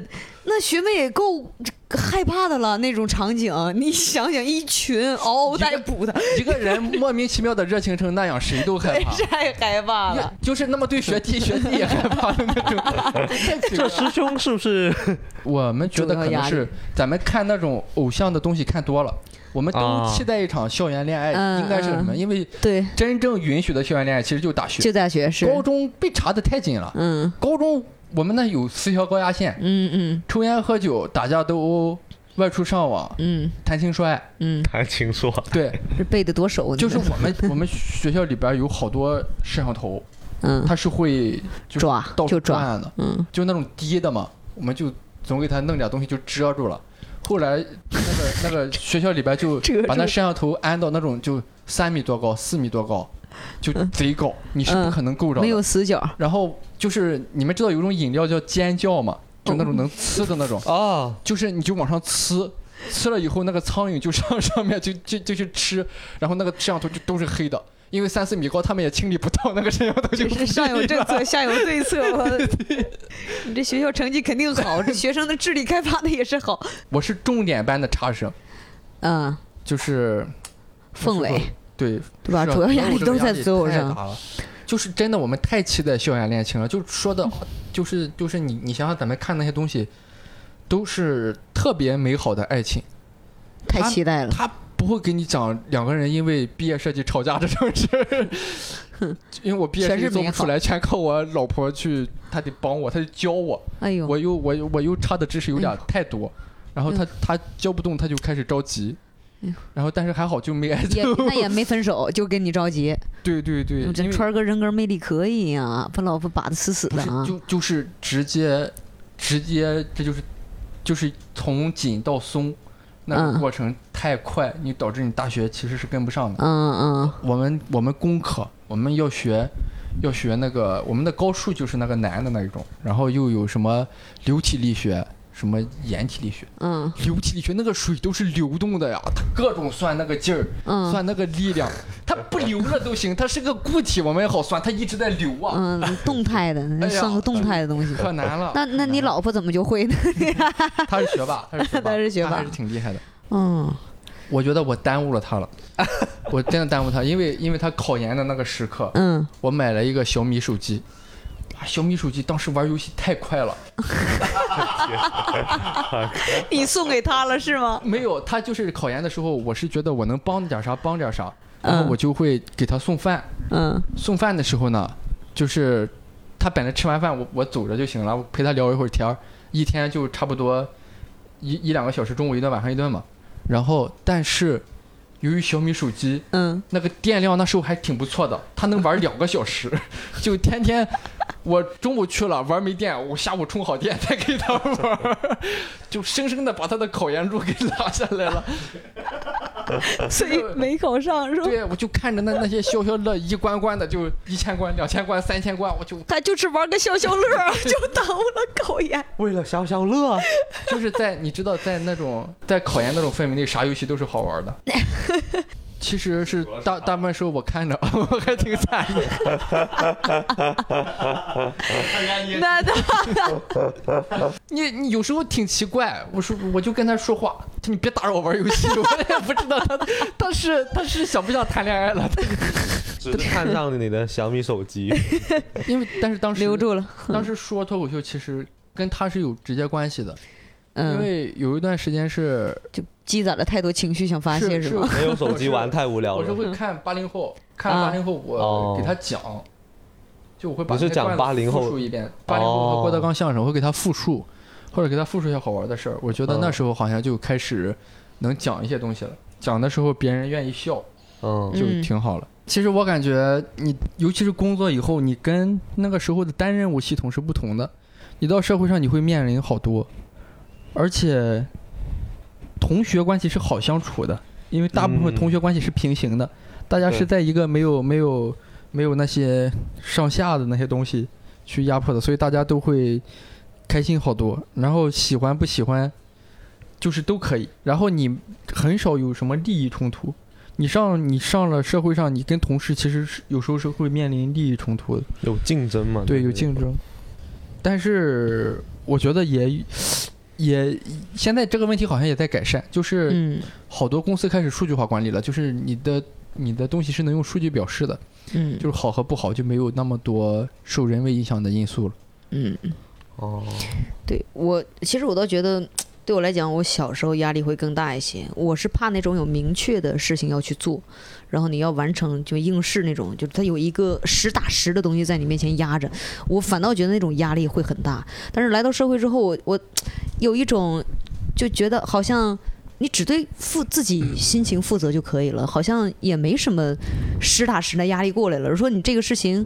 那学妹也够害怕的了。那种场景，你想想，一群嗷嗷待哺 的，
一个人莫名其妙的热情成那样，谁都 害怕。
太害怕了。
就是那么对学 弟，学弟也害怕的那种。
这师兄是不 是？
我们觉得可能是咱们看那种偶像的东西看多了，我们都
啊
期待一场校园恋爱，
嗯
应该是什么？因为
对，
真正允许的校园恋爱其实就大学，
就大学是，
高中被查的太紧了。
嗯
高中我们那有四条高压线，
嗯嗯
抽烟喝酒、打架斗殴、外出上网、
嗯
谈情说爱。
嗯，
谈情说
对，
是背的多熟呢？
就是我们 我们学校里边有好多摄像头，
嗯
它是会就是
抓
到处
就抓
转的。
嗯，
就那种低的嘛，我们就总给他弄点东西就遮住了。后来那个那个学校里边就
遮住
把那摄像头安到那种就三米多高、四米多高，就贼高，你是不
嗯
可能够着
没有
的。
死 角，
然后就是你们知道有种饮料叫尖叫吗？就那种能呲的那种，
哦，
就是你就往上呲，呲了以后那个苍蝇就上上面就 就就去吃，然后那个摄像头就都是黑的，因为三四米高他们也清理不到那个摄像头就
就是上有政策，下有对 策。我你这学校成绩肯定好，这学生的智力开发的也是好。
我是重点班的差生，
嗯，
就是
凤
那时
尾
候对
对吧？
是啊
主要压力
这个
都在
压力
择偶
太
上。
大了就是真的，我们太期待校园恋情了。就说的， 就是就是你你想想，咱们看那些东西，都是特别美好的爱情，
太期待了。
他不会给你讲两个人因为毕业设计吵架这种事儿。 因为我毕业设
全
计
是
做
美
不出
好
来，全靠我老婆去，她得帮我，她得教我。
哎呦，
我又我又我又差的知识有点太多，然后他他教不动，他就开始着急
哎嗯哎呦，
然后但是还好就没挨
也
揍。
那也没分手，就跟你着急。
对对对，
我这
因为
川哥人格魅力可以啊，把老婆把的死死
不
的
是
啊。
就就是直接直接这就是就是从紧到松那个
嗯
过程太快，你导致你大学其实是跟不上的。
嗯嗯，
我们我们工科我们要学。要学那个，我们的高数就是那个难的那一种，然后又有什么流体力学、什么盐体力学，
嗯
流体力学那个水都是流动的呀，它各种算那个劲儿，
嗯
算那个力量，它不流了都行，它是个固体，我们也好算，它一直在流啊，
嗯，动态的，
哎呀
算个动态的东西。
可难 了。
那那你老婆怎么就会呢？
他是学霸，他是学霸，
他是学霸
还是挺厉害的。
嗯，
我觉得我耽误了他了， 我真的耽误他，因为因为他考研的那个时刻，
嗯，
我买了一个小米手机。啊，小米手机当时玩游戏太快了，
你送给他了是吗？
没有他就是考研的时候，我是觉得我能帮点啥帮点啥，然后我就会给他送饭，
嗯
送饭的时候呢，就是他本来吃完饭我我走着就行了，我陪他聊一会儿天儿，一天就差不多一一两个小时，中午一顿，晚上一顿嘛。然后，但是由于小米手机
嗯，
那个电量那时候还挺不错的，它能玩两个小时， 就天天我中午去了玩没电，我下午充好电再给他玩儿，就生生的把他的考研路给拉下来了。
所以没考上是吧？
对，我就看着那那些消消乐一关关的就一千关、两千关、三千关，我就
他就是玩个消消 乐，就耽误了考研。
为了消消乐，
就是在你知道，在那种在考研那种氛围里，啥游戏都是好玩的。其实是大大部分时候我看着， 我还挺惨的。
那他
你你有时候挺奇怪，我说我就跟他说话，他你别打扰我玩游戏， 我也不知道他他是他是想不想谈恋爱了，
只是看上了你的小米手 机，
因为但是当时
留住嗯了，
当时说脱口秀其实跟他是有直接关系的，因
嗯，
为有一段时间是
就积攒了太多情绪想发泄
是
是吗？
没有手机玩太无聊
我是
了。
会看八零后，看
啊
八零后，我
嗯哦
给他讲，就我会把
你是
那段
讲
子
80后哦
复述一遍，八零后和郭德纲相声，我会给他复述，或者给他复述一些好玩的事儿。我觉得
嗯
那时候好像就开始能讲一些东西了，讲的时候别人愿意笑，
嗯，
就
嗯
挺好了。其实我感觉你，尤其是工作以后，你跟那个时候的单任务系统是不同的。你到社会上，你会面临好多，而且同学关系是好相处的，因为大部分
嗯
同学关系是平行的，大家是
对
在一个没有没有没有那些上下的那些东西去压迫的，所以大家都会开心好多。然后喜欢不喜欢，就是都可以。然后你很少有什么利益冲突。你上你上了社会上，你跟同事其实是有时候是会面临利益冲突的，
有竞争嘛？
嗯对，有
就是
竞争。但是我觉得也也现在这个问题好像也在改善，就是
嗯
好多公司开始数据化管理了，就是你的你的东西是能用数据表示的，
嗯
就是好和不好就没有那么多受人为影响的因素了。
嗯。
哦，
对我，其实我倒觉得，对我来讲，我小时候压力会更大一些。我是怕那种有明确的事情要去做，然后你要完成就应试那种，就是它有一个实打实的东西在你面前压着，我反倒觉得那种压力会很大。但是来到社会之后，我我有一种就觉得好像。你只对负自己心情负责就可以了，好像也没什么实打实的压力过来了。说你这个事情，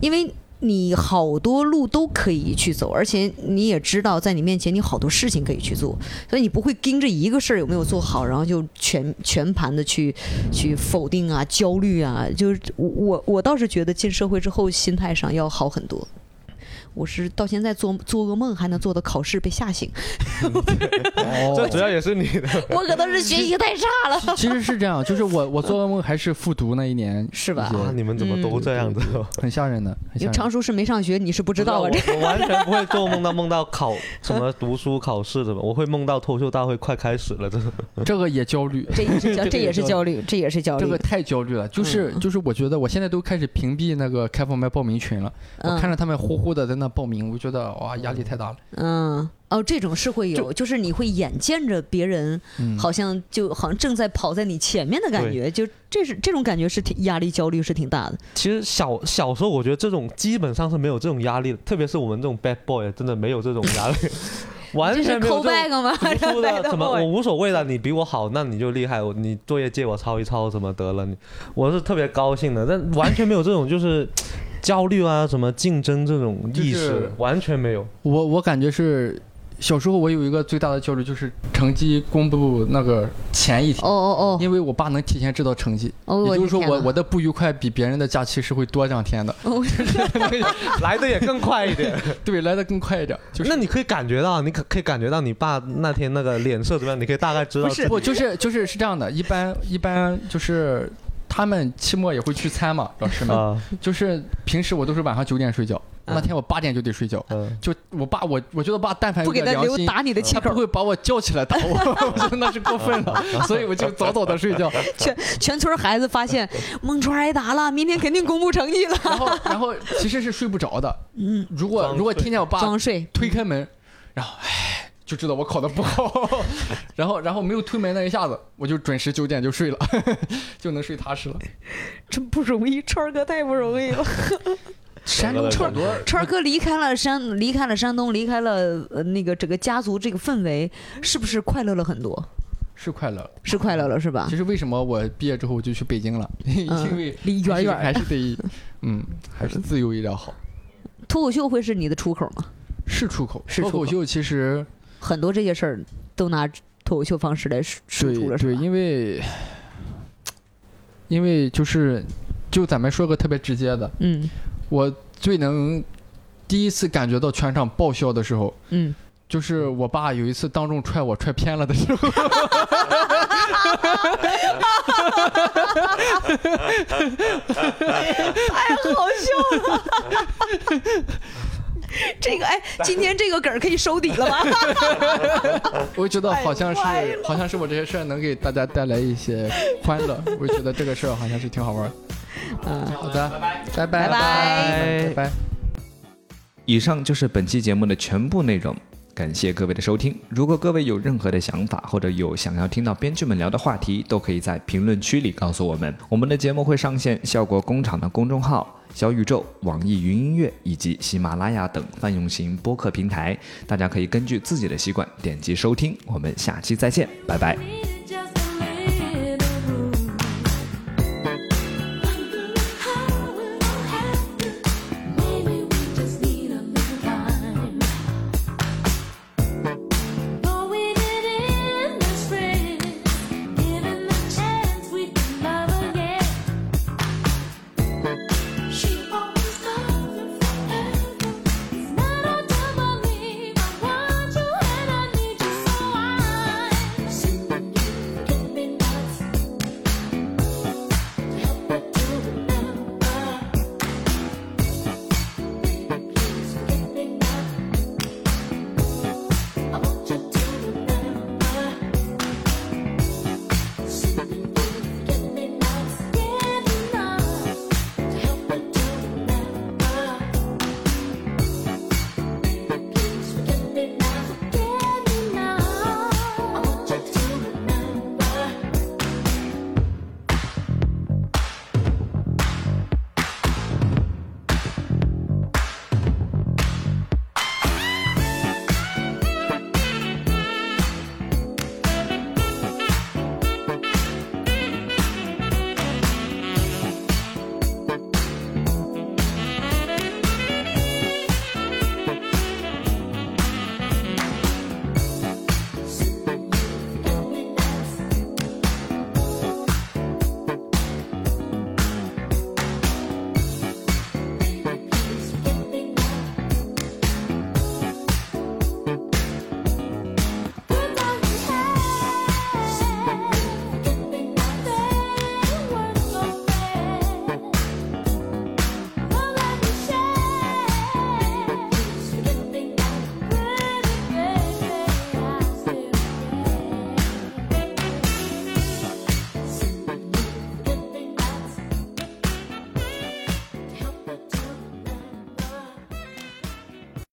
因为你好多路都可以去走，而且你也知道，在你面前你好多事情可以去做，所以你不会盯着一个事儿有没有做好，然后就全 全盘的去去否定啊、焦虑啊。就是我我我倒是觉得进社会之后，心态上要好很多。我是到现在做做噩梦还能做到考试被 吓醒，
哦
这主要也是你的，
我可能是学习太差了，
其实是这样，就是我我做噩梦还是复读那一年，
是吧？
啊，你们怎么都这样子？
很吓人的，很吓
因为
人
常
的。
叔是没上学，你是不知道
我
啊，这
我完全不会做梦到梦到考什么读书考试的，我会梦到脱口秀大会快开始了，这种
这个也焦虑，
这也是
这
焦，
个
这也是焦虑，这也是焦
这
虑
个。太焦虑了。就是
嗯
就是，我觉得我现在都开始屏蔽那个开放麦报名群了。我看
嗯
着他们呼呼的在那报名，我觉得哇，压力太大了。
嗯，哦，这种是会有，就是你会眼见着别人
嗯，
好像就好像正在跑在你前面的感觉，就这是这种感觉是挺压力焦虑是挺大的。
其实小小时候，我觉得这种基本上是没有这种压力的，特别是我们这种 bad boy，真的没有这种压 力，完
这是啊
全没有
call
这
back
种。
吗？
读书的怎么我
Bad boy
无所谓了，你比我好，那你就厉害，我你作业借我抄一抄怎么得了？你我是特别高兴的，但完全没有这种就是焦虑啊，什么竞争这种意识，
就是
完全没有。
我我感觉是小时候我有一个最大的焦虑，就是成绩公布那个前一天，
哦哦哦
因为我爸能提前知道成绩，
哦，
也
我
就是
的
说
天
我
呐
我的不愉快比别人的假期是会多两 天的，
哦
来的也更快一点。
对，来的更快一点。就是
那你可以感觉到，你可可以感觉到你爸那天那个脸色怎么样，你可以大概知道。
不是 不就是就是是这样的，一般一般就是。他们期末也会聚餐嘛，老师们，
啊，
就是平时我都是晚上九点睡觉，那天我八点就得睡觉。
嗯，
就我爸，我我觉得我爸但凡
不
有
给
点
他
良
留
心，
打你的气
他不
口，
会把我叫起来打我， 我觉得那是过分 了，所以我就早早的睡觉。
全村孩子发现孟川挨打了，明天肯定公布成绩了。
然后然后其实是睡不着的。
嗯，
如果
装
如果听见我爸
装睡，
推开门，然后唉，就知道我考的不好， 然后然后没有推门那一下子，我就准时九点就睡了， 就能睡踏实了。
真不容易，川儿哥太不容易了。
山东很多
川儿哥离开了山，离开了山东，离开了呃那个整个家族这个氛围，是不是快乐了很多？
是快乐。
是快乐了是吧
其？实为什么我毕业之后就去北京了？
嗯
因为
离
还
远
是
远
还
的。
是 得，嗯，还是自由一点好。
脱口秀会是你的出口吗？
是出口，
是
脱
出
口
口
秀其实
很多这些事儿都拿脱口秀方式来输输出
对
了是
对，
吧？
因为因为就是就咱们说个特别直接的，
嗯
我最能第一次感觉到全场爆笑的时候，
嗯，
就是我爸有一次当众踹我踹偏了的时 候，
太哎好笑 了。这个哎，今天这个梗儿可以收底了吧？
我觉得好像是
太哎坏了
好像是我这些事儿能给大家带来一些欢乐，我觉得这个事儿好像是挺好玩的。
嗯，
好的，拜拜拜
拜拜
拜拜。
以上就是本期节目的全部内容，感谢各位的收听。如果各位有任何的想法，或者有想要听到编剧们聊的话题，都可以在评论区里告诉我们。我们的节目会上线效果工厂的公众号、小宇宙、网易云音乐以及喜马拉雅等泛用型播客平台，大家可以根据自己的习惯点击收听。我们下期再见，拜拜。
We